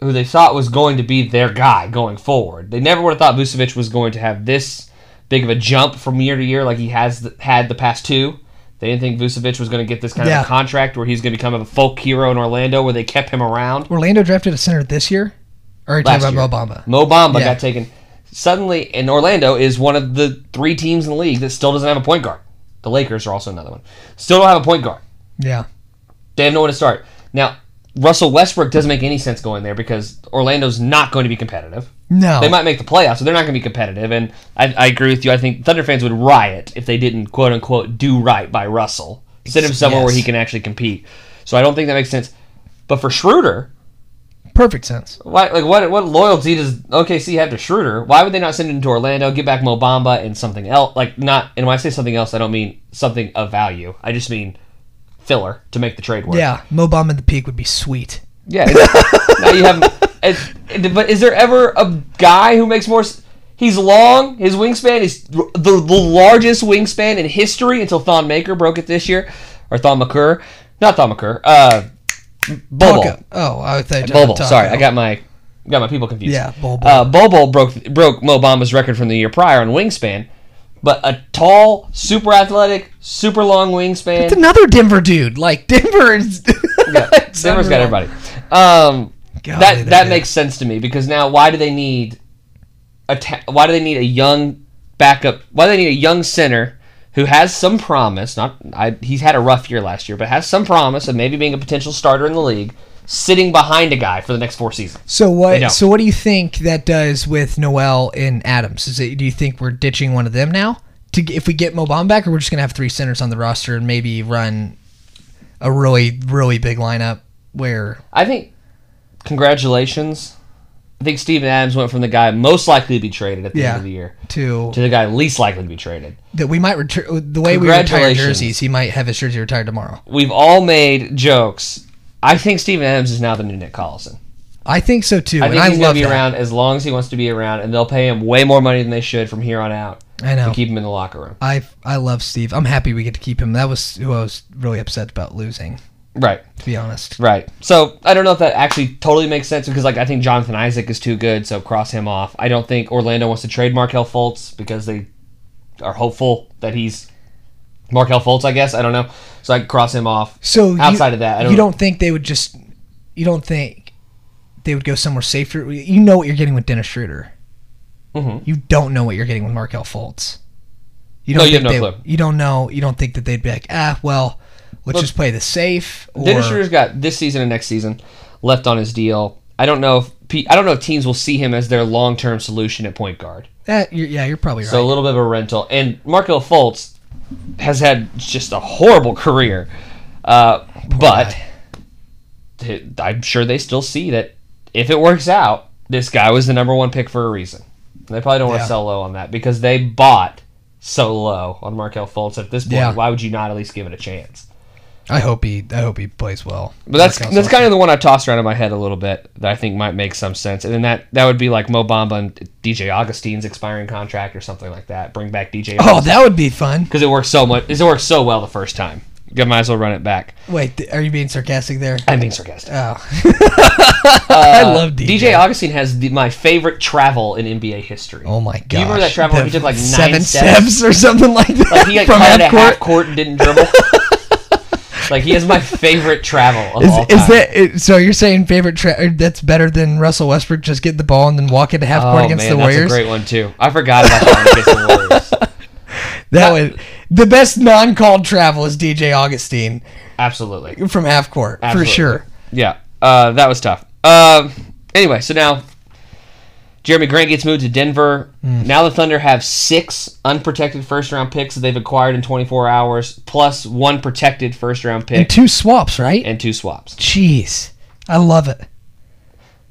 who they thought was going to be their guy going forward. They never would have thought Vucevic was going to have this big of a jump from year to year like he has th- had the past two. They didn't think Vucevic was going to get this kind Yeah. of a contract where he's going to become a folk hero in Orlando where they kept him around. Orlando drafted a center this year. Or are you talking Last about Obama? Mo Bamba Yeah. got taken. Suddenly, and Orlando is one of the three teams in the league that still doesn't have a point guard. The Lakers are also another one. Still don't have a point guard. Yeah, They have no one to start. Now, Russell Westbrook doesn't make any sense going there because Orlando's not going to be competitive. no. They might make the playoffs, so they're not going to be competitive. And I, I agree with you. I think Thunder fans would riot if they didn't "quote unquote" do right by Russell. Send him somewhere where Yes. he can actually compete. So I don't think that makes sense. But for Schroeder, Perfect sense. why, like what what loyalty does OKC have to Schroeder? Why would they not send him to Orlando, get back Mobamba and something else? Like not and when I say something else, I don't mean something of value. I just mean filler to make the trade work. Yeah, Mobama at the peak would be sweet. Yeah. it's- now you have it's- it- but is there ever a guy who makes more s- He's long. His wingspan is the, the largest wingspan in history until Thon Maker broke it this year, or Thon McCur, not Thon McCur, uh, Bobo. Taco- Oh, I thought Bobo. Taco. Sorry, I got my got my people confused. Yeah, Bobo. Uh, Bobo broke broke Mo Bamba's record from the year prior on wingspan, but a tall, super athletic, super long wingspan. It's another Denver dude. Like Denver is. Yeah, Denver's got everybody. Um, Golly, that they're that good. makes sense to me because now why do they need a ta- why do they need a young backup? Why do they need a young center who has some promise? Not I, he's had a rough year last year, but has some promise of maybe being a potential starter in the league, sitting behind a guy for the next four seasons. So They what? don't. So what do you think that does with Noel and Adams? Is it? Do you think we're ditching one of them now? To g- if we get Mobam back, or we're just gonna have three centers on the roster and maybe run a really really big lineup where I think congratulations. I think Steven Adams went from the guy most likely to be traded at the Yeah. end of the year to to the guy least likely to be traded. that we might return the way we retire Congratulations. jerseys. He might have his jersey retired tomorrow. We've all made jokes. I think Steven Adams is now the new Nick Collison. I think so too, I and think I he's going love to be that. around as long as he wants to be around, and they'll pay him way more money than they should from here on out I know. to keep him in the locker room. I I love Steve. I'm happy we get to keep him. That was who I was really upset about losing, Right, to be honest. right. So I don't know if that actually totally makes sense because, like, I think Jonathan Isaac is too good, so cross him off. I don't think Orlando wants to trade Markel Fultz because they are hopeful that he's Markel Fultz. I guess I don't know, so I could cross him off. So you- Outside of that, I don't- you don't think they would just you don't think they would go somewhere safer. You know what you're getting with Dennis Schroeder. Mhm. You don't know what you're getting with Markel Fultz. You No, you have think no they- clue. You don't know. You don't think that they'd be like, ah, well, let's Look, just play the safe. Or, Dennis Schroeder's got this season and next season left on his deal. I don't know if pe- I don't know if teams will see him as their long term solution at point guard. Eh, you're, yeah, you're probably right. So a little bit of a rental. And Markel Fultz has had just a horrible career, uh, but th- I'm sure they still see that if it works out, this guy was the number one pick for a reason. They probably don't want to Yeah. sell low on that because they bought so low on Markel Fultz at this point. Yeah. Why would you not at least give it a chance? I hope he. I hope he plays well. But that's that's kind of the one I tossed around in my head a little bit that I think might make some sense. And then that that would be like Mo Bamba and DJ Augustine's expiring contract or something like that. Bring back DJ Oh, that would be fun. because it worked so much. It worked so well the first time. You might as well run it back. Wait, th- are you being sarcastic there? I'm being sarcastic. Oh, I love DJ. DJ Augustine has the, my favorite travel in NBA history. Oh my god! you remember that travel where he took, like, nine seven steps? or something like that Like he like from caught half it at court? half court and didn't dribble. like he has my favorite travel of Is, all time. is that it- so? You're saying favorite tra- or that's better than Russell Westbrook just get the ball and then walk into half court Oh against man, the that's a Warriors? great one too. I forgot about that one against the Warriors. that would the best non-called travel is DJ Augustine Absolutely. from half court Absolutely. for sure. Yeah, uh, that was tough. Um anyway, so now Jeremy Grant gets moved to Denver. Mm. Now the Thunder have six unprotected first round picks that they've acquired in 24 hours, plus one protected first round pick And two swaps, right? and two swaps. Jeez, I love it.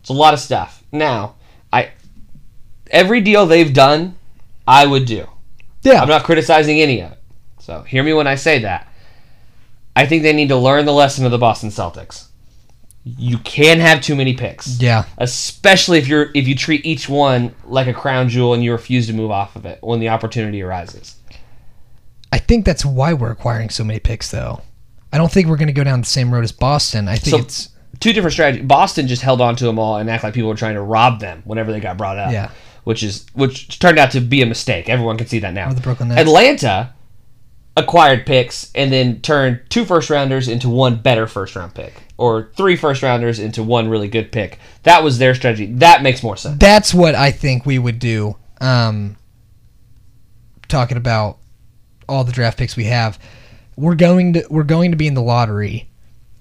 It's a lot of stuff. Now, I every deal they've done, I would do. Yeah, I'm not criticizing any of it. So hear me when I say that. I think they need to learn the lesson of the Boston Celtics. You can have too many picks. yeah, especially if you're if you treat each one like a crown jewel and you refuse to move off of it when the opportunity arises. I think that's why we're acquiring so many picks, though. I don't think we're going to go down the same road as Boston. I think So- it's Two different strategies. Boston just held on to them all and act like people were trying to rob them whenever they got brought up. Yeah. Which is which turned out to be a mistake. Everyone can see that now. With the Brooklyn Nets. Atlanta acquired picks and then turned two first rounders into one better first round pick or three first rounders into one really good pick. That was their strategy. That makes more sense. that's what I think we would do. Um, talking about all the draft picks we have, we're going to we're going to be in the lottery.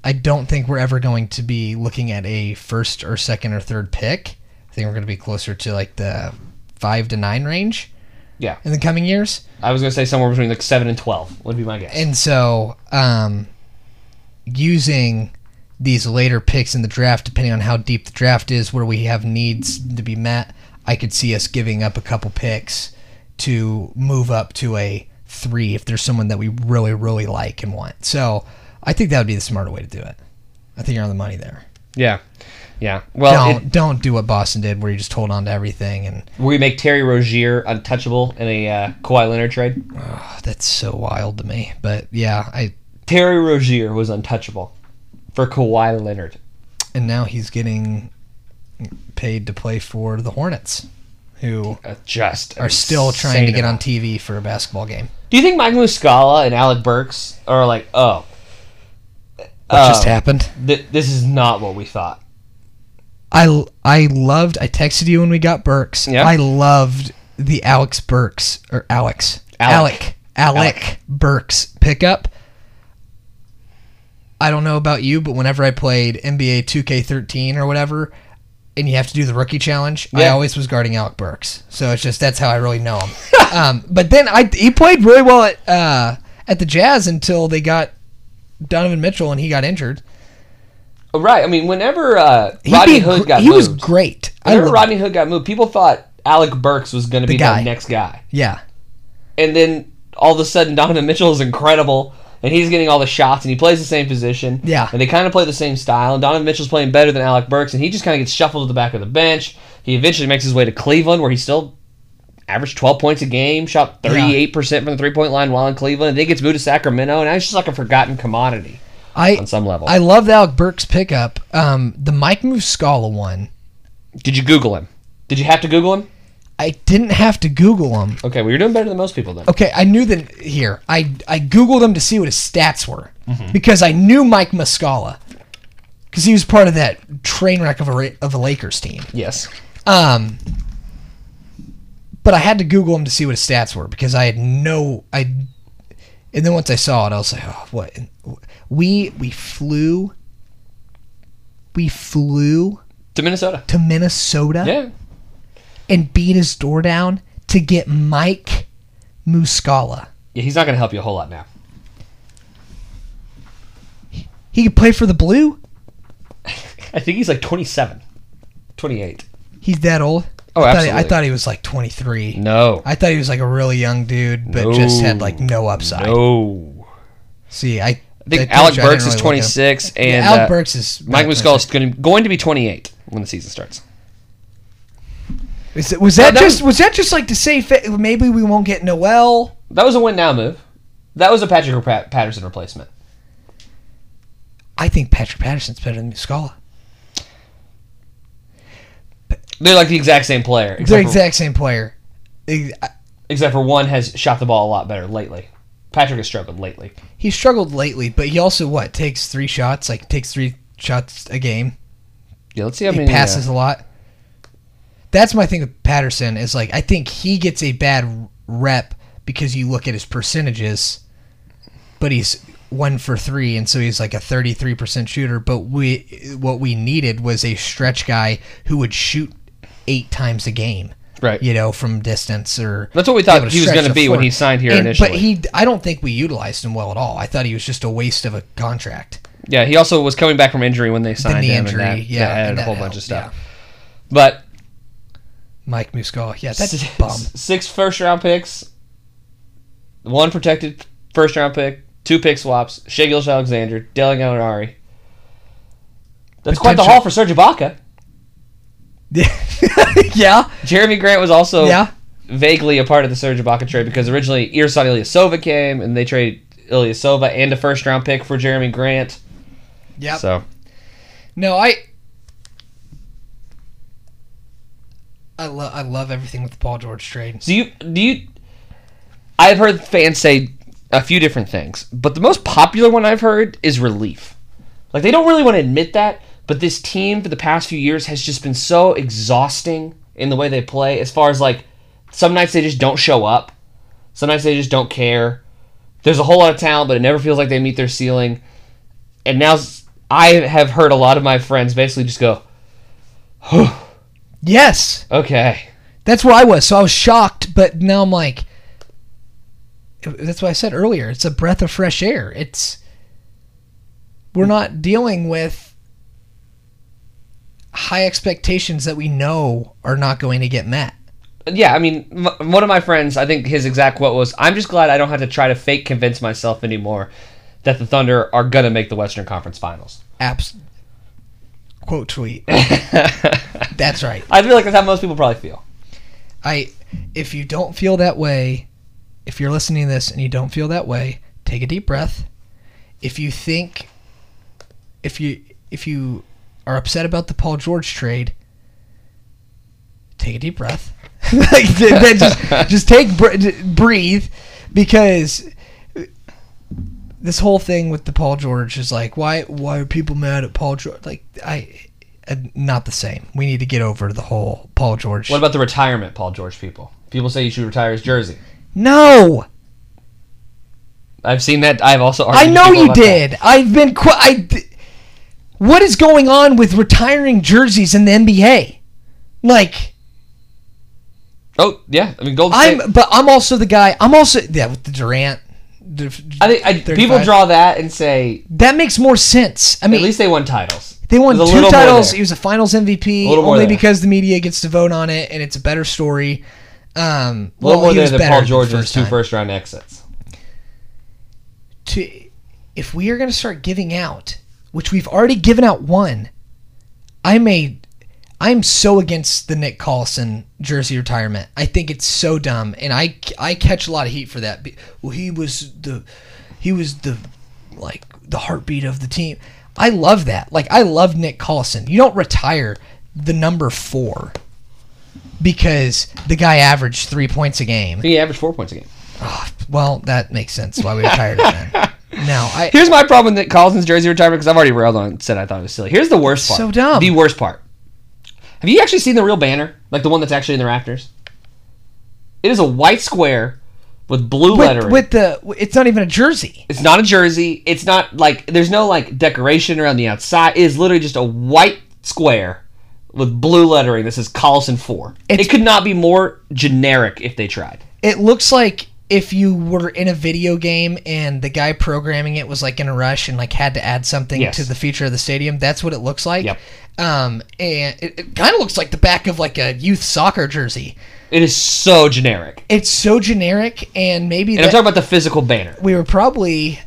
I don't think we're ever going to be looking at a first or second or third pick. I think we're going to be closer to like the five to nine range. Yeah. in the coming years, I was gonna say somewhere between like seven and twelve would be my guess. and so um, using these later picks in the draft, depending on how deep the draft is, where we have needs to be met, I could see us giving up a couple picks to move up to a three if there's someone that we really, really like and want. So I think that would be the smarter way to do it. I think you're on the money there. yeah. Yeah. Well, it- don't don't do what Boston did, where you just hold on to everything, and We make Terry Rozier untouchable in a uh, Kawhi Leonard trade. oh, that's so wild to me. But yeah, I Terry Rozier was untouchable for Kawhi Leonard. and now he's getting paid to play for the Hornets, who Uh, just are still trying to insane get on amount. TV for a basketball game. Do you think Mike Muscala and Alec Burks are like, oh, What uh, just happened? th- this is not what we thought? I I loved. I texted you when we got Burks. Yeah. I loved the Alex Burks or Alex Alec. Alec Alec, Burks pickup. I don't know about you, but whenever I played NBA 2K13 or whatever, and you have to do the rookie challenge, I Yeah. always was guarding Alec Burks. So it's just that's how I really know him. um, but then I he played really well at uh, at the Jazz until they got Donovan Mitchell and he got injured. Oh, right. I mean, whenever uh, He'd Rodney be Hood gr- got he was moved, great. I whenever love- Rodney Hood got moved, people thought Alec Burks was going to be guy. the next guy. yeah. and then all of a sudden Donovan Mitchell is incredible and he's getting all the shots and he plays the same position. Yeah. And they kind of play the same style and Donovan Mitchell's playing better than Alec Burks and he just kind of gets shuffled to the back of the bench. He eventually makes his way to Cleveland where he still averaged 12 points a game, shot 38% from the three-point line while in Cleveland and then gets moved to Sacramento and now he's just like a forgotten commodity I on some level. I love the Alec Burks pickup. Um, the Mike Muscala one. Did you Google him? Did you have to Google him? I didn't have to Google him. Okay, well you're doing better than most people then. Okay, I knew that here. I I Googled him to see what his stats were because I knew Mike Muscala. because he was part of that train wreck of a Ra- of a Lakers team. Yes. Um, but I had to Google him to see what his stats were because I had no I. And then once I saw it, I was like, "Oh, what?" in- We we flew. We flew To Minnesota. to Minnesota Yeah. and beat his door down to get Mike Muscala. Yeah, he's not going to help you a whole lot now. He could play for the Blue. I think he's like 27, 28. He's that old. Oh, I thought, absolutely. I thought he was like 23. No. I thought he was like a really young dude, but just had like no upside. No. See, I, I think Alec Burks is twenty 26, and Yeah, Alec uh, Burks is Mike not Muscala is gonna- going to be 28 when the season starts. 26. Is it- was that No, that just was that just like to say fa- maybe we won't get Noel? That was a win now move. That was a Patrick Pat- Patterson replacement. I think Patrick Patterson's better than Muscala. They're like the exact same player, They're except, for, exact same player. Ex- except for one has shot the ball a lot better lately. Patrick has struggled lately. He struggled lately, but he also what takes three shots, like takes three shots a game. Yeah, let's see how he many uh, passes a lot. That's my thing with Patterson is like I think he gets a bad rep because you look at his percentages, but he's one for three, and so he's like a thirty-three percent shooter. But we what we needed was a stretch guy who would shoot eight times a game, right. you know, from distance or. That's what we able thought to he was stretch going to the be when floor. he signed here And- initially. But he, I don't think we utilized him well at all. I thought he was just a waste of a contract. yeah, he also was coming back from injury when they signed knee him, injury, and that, yeah, that added and a that whole bunch of helped, stuff. But Mike Muscala, yeah, that's a six, bum. Six first round picks, one protected first round pick, two pick swaps, Shea Gilch Alexander, Dele Gallinari. That's quite the Potential- haul for Serge Ibaka. yeah, Jeremy Grant was also yeah. vaguely a part of the Serge Ibaka trade because originally Irsan Ilyasova came and they traded Ilyasova and a first round pick for Jeremy Grant. Yep. So No, I. I love I love everything with the Paul George trade. Do you do you? I've heard fans say a few different things, but the most popular one I've heard is relief. Like they don't really want to admit that, but this team for the past few years has just been so exhausting in the way they play. As far as like some nights they just don't show up, some nights they just don't care. There's a whole lot of talent, but it never feels like they meet their ceiling. And now s- I have heard a lot of my friends basically just go, Yes, "Okay, that's where I was. So I was shocked, but now I'm like, that's what I said earlier. It's a breath of fresh air. It's we're not dealing with high expectations that we know are not going to get met. yeah, I mean, m- one of my friends, I think his exact quote was, "I'm just glad I don't have to try to fake convince myself anymore that the Thunder are gonna make the Western Conference Finals." Abs. Quote tweet. I That's right. feel like that's how most people probably feel. I if you don't feel that way, if you're listening to this and you don't feel that way, take a deep breath. If you think if you if you are upset about the Paul George trade, take a deep breath. like th- then just just take br- d- breathe because this whole thing with the Paul George is like why why are people mad at Paul George? Like I uh, not the same. We need to get over the whole Paul George. What about the retirement, Paul George? People, people say you should retire his jersey. no. I've seen that. I've also I argued with know people you about that. did. I've been. Qu- I. d- What is going on with retiring jerseys in the NBA? Like Oh yeah, I mean Golden State. I'm, but I'm also the guy. I'm also yeah with the Durant. the- I think I, people 35. draw that and say that makes more sense. I at mean, least they won titles. they won there's a two little more titles. there. He was a Finals MVP A little more only there. because the media gets to vote on it, and it's a better story. Um, A little well, he more was there than better Paul the George's first two time. first round exits. to if we are going to start giving out, which we've already given out one, I'm a I'm so against the Nick Collison jersey retirement. I think it's so dumb, and I I catch a lot of heat for that. Be- Well, he was the he was the like the heartbeat of the team. I love that. Like I love Nick Collison. You don't retire the number four because the guy averaged three points a game. I think he averaged four points a game. Ah, well, that makes sense why we retired it then. No, I Here's my problem with Nick Collison's jersey retirement because I've already railed on it and said I thought it was silly. Here's the worst part. So dumb. The worst part. Have you actually seen the real banner? Like the one that's actually in the rafters? It is a white square with blue with, lettering. with the it's not even a jersey. it's not a jersey. It's not like there's no like decoration around the outside. It is literally just a white square with blue lettering that says Collison 4. It's- it could not be more generic if they tried. It looks like if you were in a video game and the guy programming it was like in a rush and like had to add something Yes. to the feature of the stadium, that's what it looks like. Yep. Um, and it, it kind of looks like the back of like a youth soccer jersey. It is so generic. It's so generic, and maybe And that, I'm talking about the physical banner. we were probably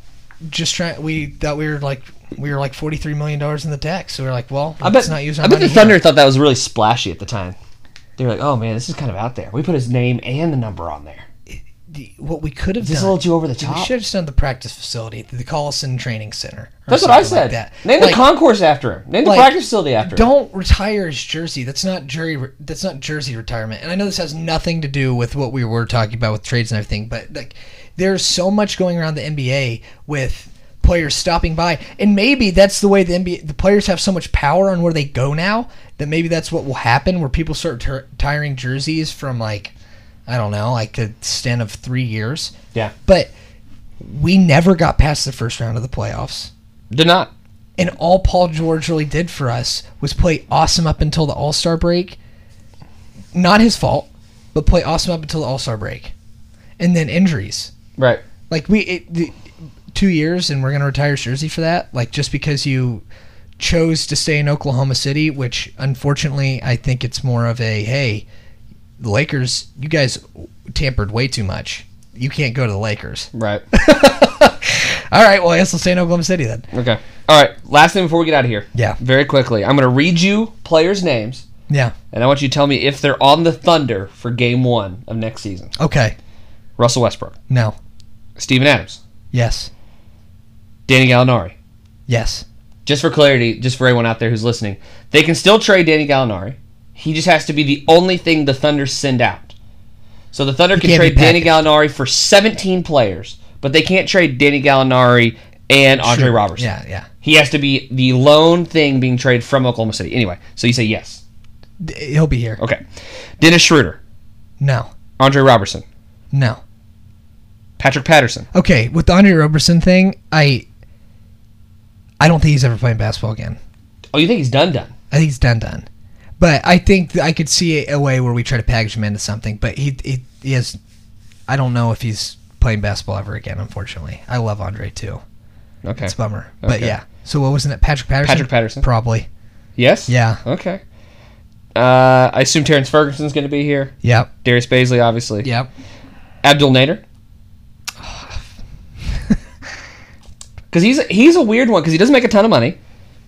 just trying. We thought we were like we were like forty three million dollars in the tax. So we were like, well, I let's bet, not use. Our I bet money the here. Thunder thought that was really splashy at the time. They were like, oh man, this is kind of out there. We put his name and the number on there. The- what we could have Is this a done. little too over the We top? should have just done the practice facility, the Collison Training Center. or That's what I something said. like that. Name Like, the concourse after him. Name like, the practice facility after him. Don't retire his jersey. That's not jury. That's not jersey retirement. And I know this has nothing to do with what we were talking about with trades and everything, but like, there's so much going around the NBA with players stopping by, and maybe that's the way the NBA the players have so much power on where they go now that maybe that's what will happen where people start t- retiring jerseys from like, I don't know, like the stint of three years. Yeah. But we never got past the first round of the playoffs. Did not. And all Paul George really did for us was play awesome up until the All Star break. Not his fault, but play awesome up until the All Star break, and then injuries. Right. Like we, it, the, two years, and we're gonna retire his jersey for that. Like just because you chose to stay in Oklahoma City, which unfortunately I think it's more of a hey, the Lakers, you guys tampered way too much. You can't go to the Lakers. Right. All right, well I guess we'll stay in Oklahoma City then. okay. All right. Last thing before we get out of here. Yeah. Very quickly. I'm going to read you players' names, Yeah. and I want you to tell me if they're on the Thunder for game one of next season Okay. Russell Westbrook, No. Steven Adams, Yes. Danny Gallinari. Yes. just for clarity, just for everyone out there who's listening, they can still trade Danny Gallinari. He just has to be the only thing the Thunder send out. So the Thunder can can't be trade Danny Gallinari for 17 players, but they can't trade Danny Gallinari and Andre Robertson. Yeah, yeah. He has to be the lone thing being traded from Oklahoma City. Anyway, so you say yes. D- He'll be here. Okay. Dennis Schroeder, No, Andre Robertson, no. Patrick Patterson. Okay, with the Andre Roberson thing, I, I don't think he's ever playing basketball again. Oh, you think he's done done? I think he's done done. But I think that I could see a, a way where we try to package him into something. But he, he he has, I don't know if he's playing basketball ever again. Unfortunately, I love Andre too. Okay. It's a bummer. But Okay. yeah. So what wasn't it? Patrick Patterson. Patrick Patterson. Probably. Yes? Yeah. Okay. Uh, I assume Terrence Ferguson's going to be here. Yep. Darius Baisley, obviously. Yep. Abdul Nader. Because he's he's a weird one because he doesn't make a ton of money,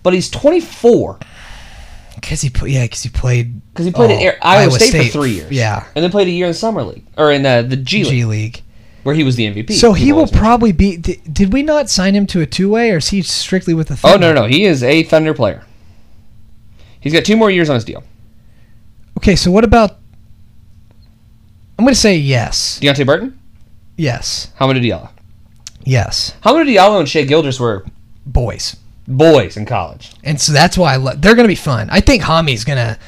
but he's 24 Because he pl- yeah, 'cause he played because he played oh, at Air, Iowa, State, for three years. Yeah. and then played a year in summer league or in uh, the G League G League. where he was the MVP. So he People will always mention. probably be. Did, did we not sign him to a two way, or is he strictly with the? Oh Thunder? no, no, no, he is a Thunder player. He's got two more years on his deal. Okay, so what about? I'm gonna say yes, Deontay Burton, yes, Hamidou Diallo. yes. Hamidou Diallo and Shea Gilders were Boys, boys in college. and so that's why I love. They're gonna be fun. I think Hami's gonna.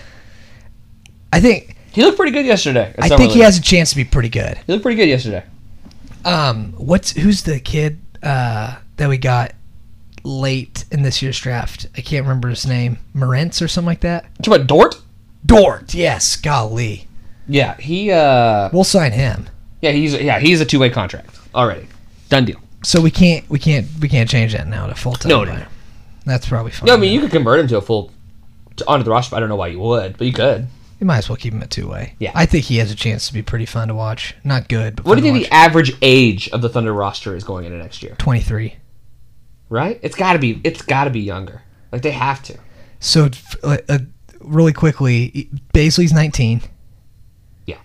I think He looked pretty good yesterday. at I summer think he league. has a chance to be pretty good. He looked pretty good yesterday. Um, what's who's the kid uh, that we got late in this year's draft? I can't remember his name. Morentz or something like that. What about Dort? Dort. Yes, golly, Yeah, he. uh we'll sign him. Yeah, he's yeah he's a two way contract already. Done deal. So we can't we can't we can't change that now to full time. No, no, no. That's probably fine. No, I mean you could convert him to a full to, onto the roster. I don't know why you would, but you could. you might as well keep him at two way. Yeah. I think he has a chance to be pretty fun to watch. Not good, but What do fun you to think the average age of the Thunder roster is going into next year? Twenty three. Right? It's got to be. It's got to be younger. Like they have to. Um, So f- uh, uh, really quickly, Baisley's nineteen. Yeah.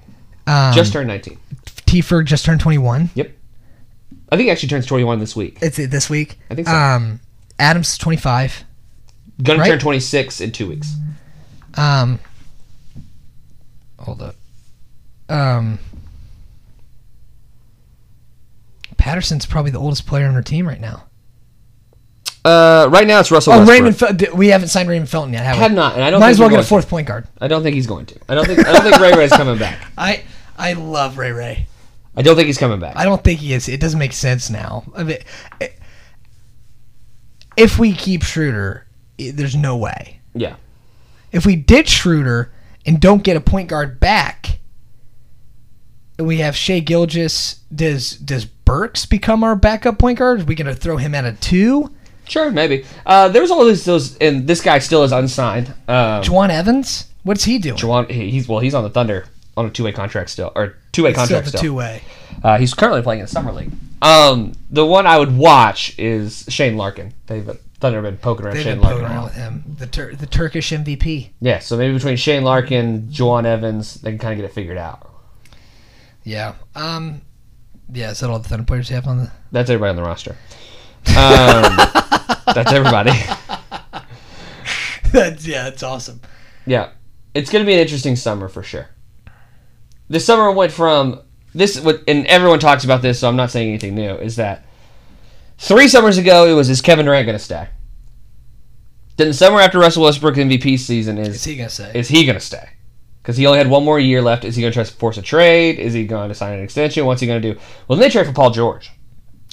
Um, Just turned 19. T Ferg just turned twenty one. I think he actually turns 21 this week. It's it this week. I think so. Um, Adams is twenty five. Gonna right. turn 26 in two weeks. Um, hold up. Um, Patterson's probably the oldest player on her team right now. Uh, right now it's Russell. Oh, Westbrook. Raymond. Fel- d- we haven't signed Raymond Felton yet, have we? Have not, and I don't Might think as well we're get a going fourth point guard. to. I don't think he's going to. I don't think. I don't think Ray Ray's coming back. I I love Ray Ray. I don't think he's coming back. I don't think he is. It doesn't make sense now. I mean, i- if we keep Schroeder, i- there's no way. yeah. If we ditch Schroeder and don't get a point guard back, we have Shea Gilgis. Does does Burks become our backup point guard? Are we gonna throw him at a two? Sure, maybe. Uh, there was all these those, and this guy still is unsigned. Um, Juwan Evans? What's he doing? Juwan, he- he's well, he's on the Thunder on a two-way contract still, or two-way Still contract the still. two way. Uh, he's currently playing in summer league. Um, the one I would watch is Shane Larkin. They've been, Thunder have been poking around They've Shane been Larkin. poking a around lot. with him. The Tur- the Turkish MVP. Yeah, so maybe between Shane Larkin, Juwan Evans, they can kind of get it figured out. Yeah. Um. Yeah. Is that all the Thunder players you have on the? That's everybody on the roster. Um, that's everybody. that's yeah. That's awesome. Yeah, it's going to be an interesting summer for sure. This summer went from this, what- and everyone talks about this, so I'm not saying anything new. Is that three summers ago it was is Kevin Durant going to stay? Then the summer after Russell Westbrook MVP season is Is he gonna say? is he going to stay? Because he only had one more year left. Is he going to try to force a trade? Is he going to sign an extension? What's he going to do? Well, then they trade for Paul George,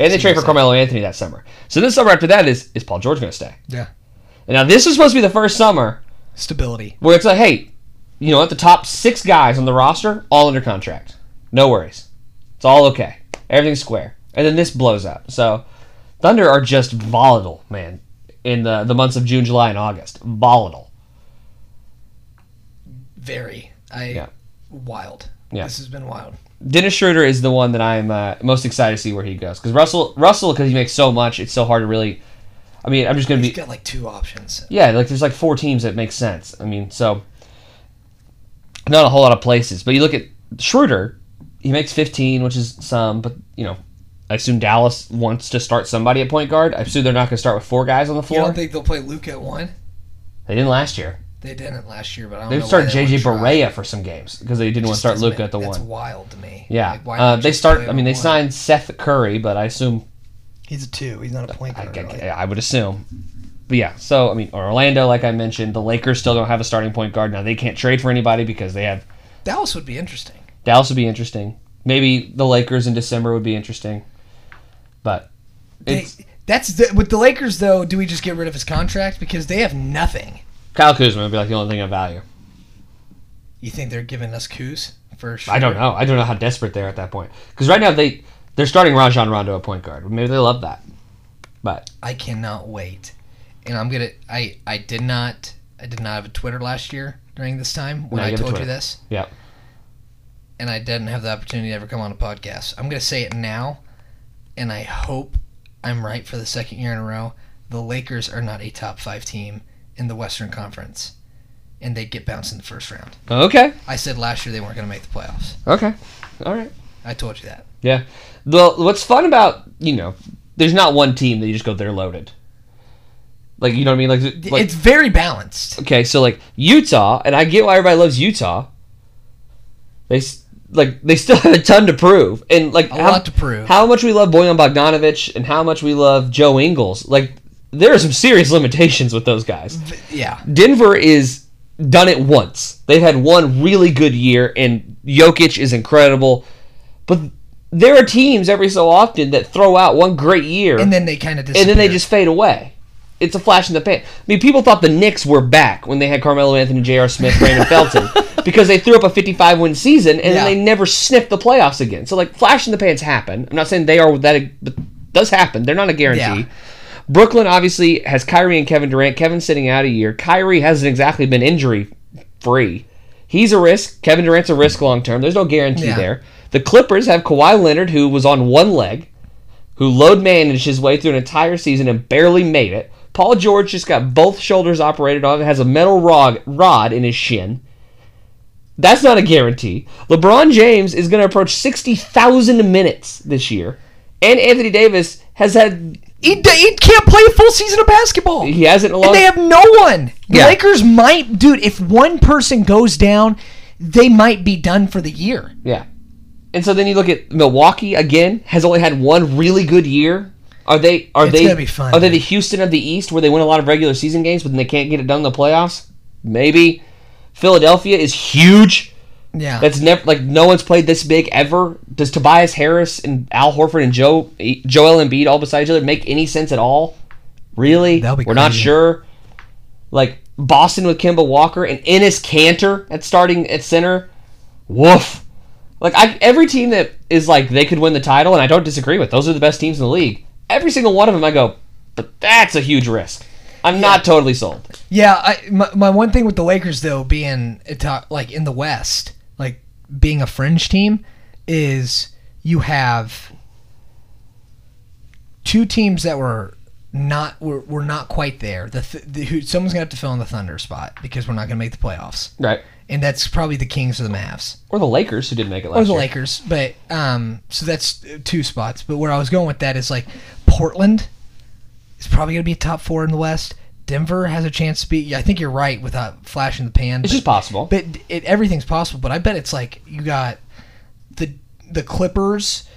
and they trade for Carmelo Anthony that summer. So this summer after that is is Paul George going to stay? Yeah. And now this is supposed to be the first summer Stability. where it's like, hey, you know, at the top six guys on the roster, all under contract, no worries, it's all okay, everything's square. And then this blows up. So Thunder are just volatile, man. In the the months of June, July, and August, volatile. Very. I. Yeah. Wild. Yeah. This has been wild. Dennis Schroeder is the one that I'm uh, most excited to see where he goes because Russell Russell because he makes so much it's so hard to really. I mean, I'm just gonna He's be got like two options. yeah like there's like four teams that make sense. I mean so not a whole lot of places, but you look at Schroeder, he makes 15, which is some, but you know. I assume Dallas wants to start somebody at point guard. I assume they're not going to start with four guys on the You floor. don't think they'll play Luke at one? they didn't last year. They didn't last year, but I don't They know. started why JJ they wouldn't try. Barea for some games because they didn't want to Just start doesn't Luke make- at the that's one. wild to me. Yeah, Like, why uh, not they just start. play I mean, him they at one? signed Seth Curry, but I assume He's a two. He's not a point I, guard. really. I, I would assume. But yeah, so I mean, Orlando, like I mentioned, the Lakers still don't have a starting point guard now. They can't trade for anybody because they have Dallas would be interesting. Dallas would be interesting. Maybe the Lakers in December would be interesting, but They- it's that's the, with the Lakers though. Do we just get rid of his contract because they have nothing? Kyle Kuzma would be like the only thing of value. You think they're giving us coups for? Sure? I don't know. I don't know how desperate they are at that point because right now they they're starting Rajon Rondo at point guard. Maybe they love that, but I cannot wait. And I'm gonna. I I did not. I did not have a Twitter last year during this time when No, you I have a told you Twitter. this. Yep. And I didn't have the opportunity to ever come on a podcast. I'm gonna say it now, and I hope I'm right for the second year in a row. The Lakers are not a top five team in the Western Conference, and they get bounced in the first round. okay, I said last year they weren't gonna make the playoffs. okay, all right. I told you that. Yeah. Well, what's fun about you know, there's not one team that you just go they're loaded. Like you know what I mean? Like, like it's very balanced. okay, so like Utah, and I get why everybody loves Utah. They s- like they still have a ton to prove, and like A how, lot to prove. how much we love Boyan Bogdanovich and how much we love Joe Ingles. Like there are some serious limitations with those guys. yeah. Denver is done it once. They've had one really good year, and Jokic is incredible. But there are teams every so often that throw out one great year, And then they kind of and then they just fade away. It's a flash in the pan. I mean, people thought the Knicks were back when they had Carmelo Anthony, J.R. Smith, Brandon Felton, because they threw up a 55 win season, and then Yeah. they never sniffed the playoffs again. So, like, flash in the pans happen. I'm not saying they are that, but does happen. They're not a guarantee. Yeah. Brooklyn obviously has Kyrie and Kevin Durant. Kevin's sitting out a year. Kyrie hasn't exactly been injury free. He's a risk. Kevin Durant's a risk long term. There's no guarantee Yeah. there. The Clippers have Kawhi Leonard, who was on one leg, who load managed his way through an entire season and barely made it. Paul George just got both shoulders operated on and has a metal rod, rod in his shin. That's not a guarantee. LeBron James is going to approach 60,000 minutes this year. And Anthony Davis has had. He, d- he can't play a full season of basketball. He hasn't allowed. and they have no one. The Yeah. Lakers might, dude. If one person goes down, they might be done for the year. yeah. And so then you look at Milwaukee again has only had one really good year. Are they are It's they gonna be fun, are they the man. Houston of the East where they win a lot of regular season games but then they can't get it done in the playoffs? Maybe Philadelphia is huge. Yeah. That's never like no one's played this big ever. Does Tobias Harris and Al Horford and Joe E, Joel Embiid all beside each other make any sense at all? Really? That'll be We're not crazy. sure. Like Boston with Kimba Walker and Ennis Cantor at starting at center. Woof. Like I, every team that is like they could win the title, and I don't disagree with those are the best teams in the league. Every single one of them, I go, but that's a huge risk. I'm not totally sold. Yeah, I my, my one thing with the Lakers though being a top- like in the West, like being a fringe team, is you have two teams that were not were, were not quite there. The, th- the who, someone's gonna have to fill in the Thunder spot because we're not gonna make the playoffs, Right. and that's probably the Kings or the Mavs Or the Lakers who didn't make it last or the year. Lakers. But um, so that's two spots. But where I was going with that is like Portland is probably gonna be a top four in the West. Denver has a chance to be. I think you're right without flashing the pan. It's but- just possible. but it, everything's possible. But I bet it's like you got the the Clippers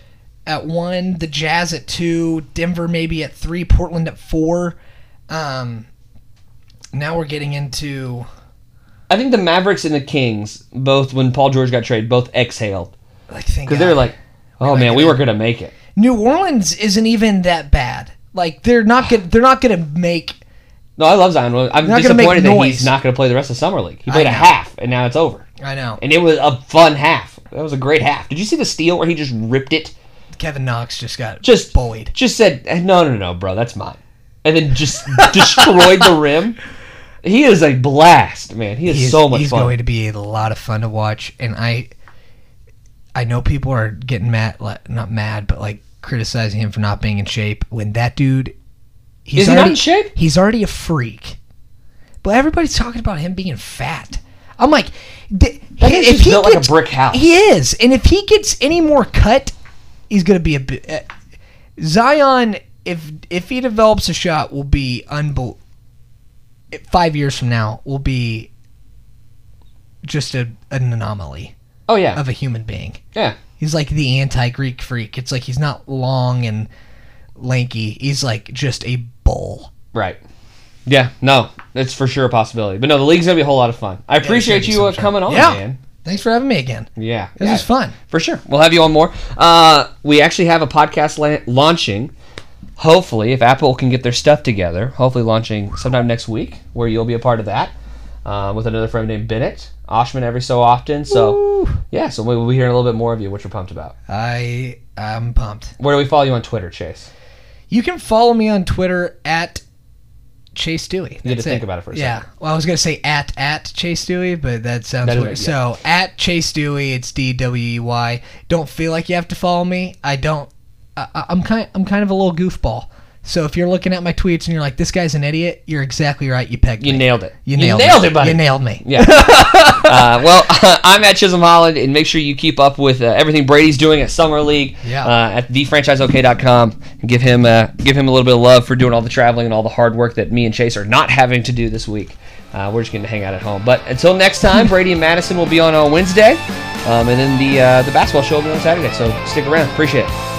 at one, the Jazz at two, Denver maybe at three, Portland at four. Um, now we're getting into I think the Mavericks and the Kings both, when Paul George got traded, both exhaled like think uh, because they were like, "Oh man, we weren't gonna make it." New Orleans isn't even that bad. Like they're not gonna they're not gonna make No, I love Zion. Williamson. I'm They're not gonna make disappointed that noise. he's not gonna play the rest of summer league. He played a know. half, and now it's over. I know And it was a fun half. That was a great half. Did you see the steal where he just ripped it? Kevin Knox just got Just bullied. Just said, "Eh, "No, no, no, bro, that's mine," and then just destroyed the rim. He is a blast, man. He is He's, so much he's fun. going to be a lot of fun to watch, and I, I know people are getting mad, like, not mad, but like criticizing him for not being in shape. When that dude, he's Is he already, not in shape? He's already a freak, but everybody's talking about him being fat. I'm like, d- man's just built like a brick house. He is, and if he gets any more cut, he's gonna be a bi- uh, Zion. If if he develops a shot, will be unbelievable five years from now will be just a, an anomaly oh yeah, of a human being. yeah. He's like the anti-Greek freak. It's like he's not long and lanky. He's like just a bull. Right. Yeah, no, it's for sure a possibility. But no, the league's gonna be a whole lot of fun. I appreciate be you uh, some coming on, Yeah. man. Thanks for having me again. Yeah, This yeah, was fun. for sure. We'll have you on more. Uh, we actually have a podcast la- launching. Hopefully, if Apple can get their stuff together, hopefully launching sometime next week, where you'll be a part of that uh, with another friend named Bennett Oshman every so often. So yeah, so we'll be hearing a little bit more of you, which we're pumped about. I I'm pumped. Where do we follow you on Twitter, Chase? You can follow me on Twitter at Chase Dewey. You had to That's think it. about it for a yeah. Well, I was gonna say at at Chase Dewey, but that sounds That is weird. it, So at Chase Dewey, it's D W E Y. Don't feel like you have to follow me. I don't. I, I- I'm kind. I'm kind of a little goofball. So if you're looking at my tweets and you're like, "This guy's an idiot," you're exactly right. You pegged You me. nailed it. you nailed, me. it, buddy. You nailed me. Yeah. uh, well, I'm at Chisholm Holland, and make sure you keep up with uh, everything Brady's doing at Summer League Yeah. uh, at thefranchiseok.com. And give him uh, give him a little bit of love for doing all the traveling and all the hard work that me and Chase are not having to do this week. Uh, we're just going to hang out at home. But until next time, Brady and Madison will be on on Wednesday, um, and then the uh, the basketball show will be on Saturday. So stick around. Appreciate it.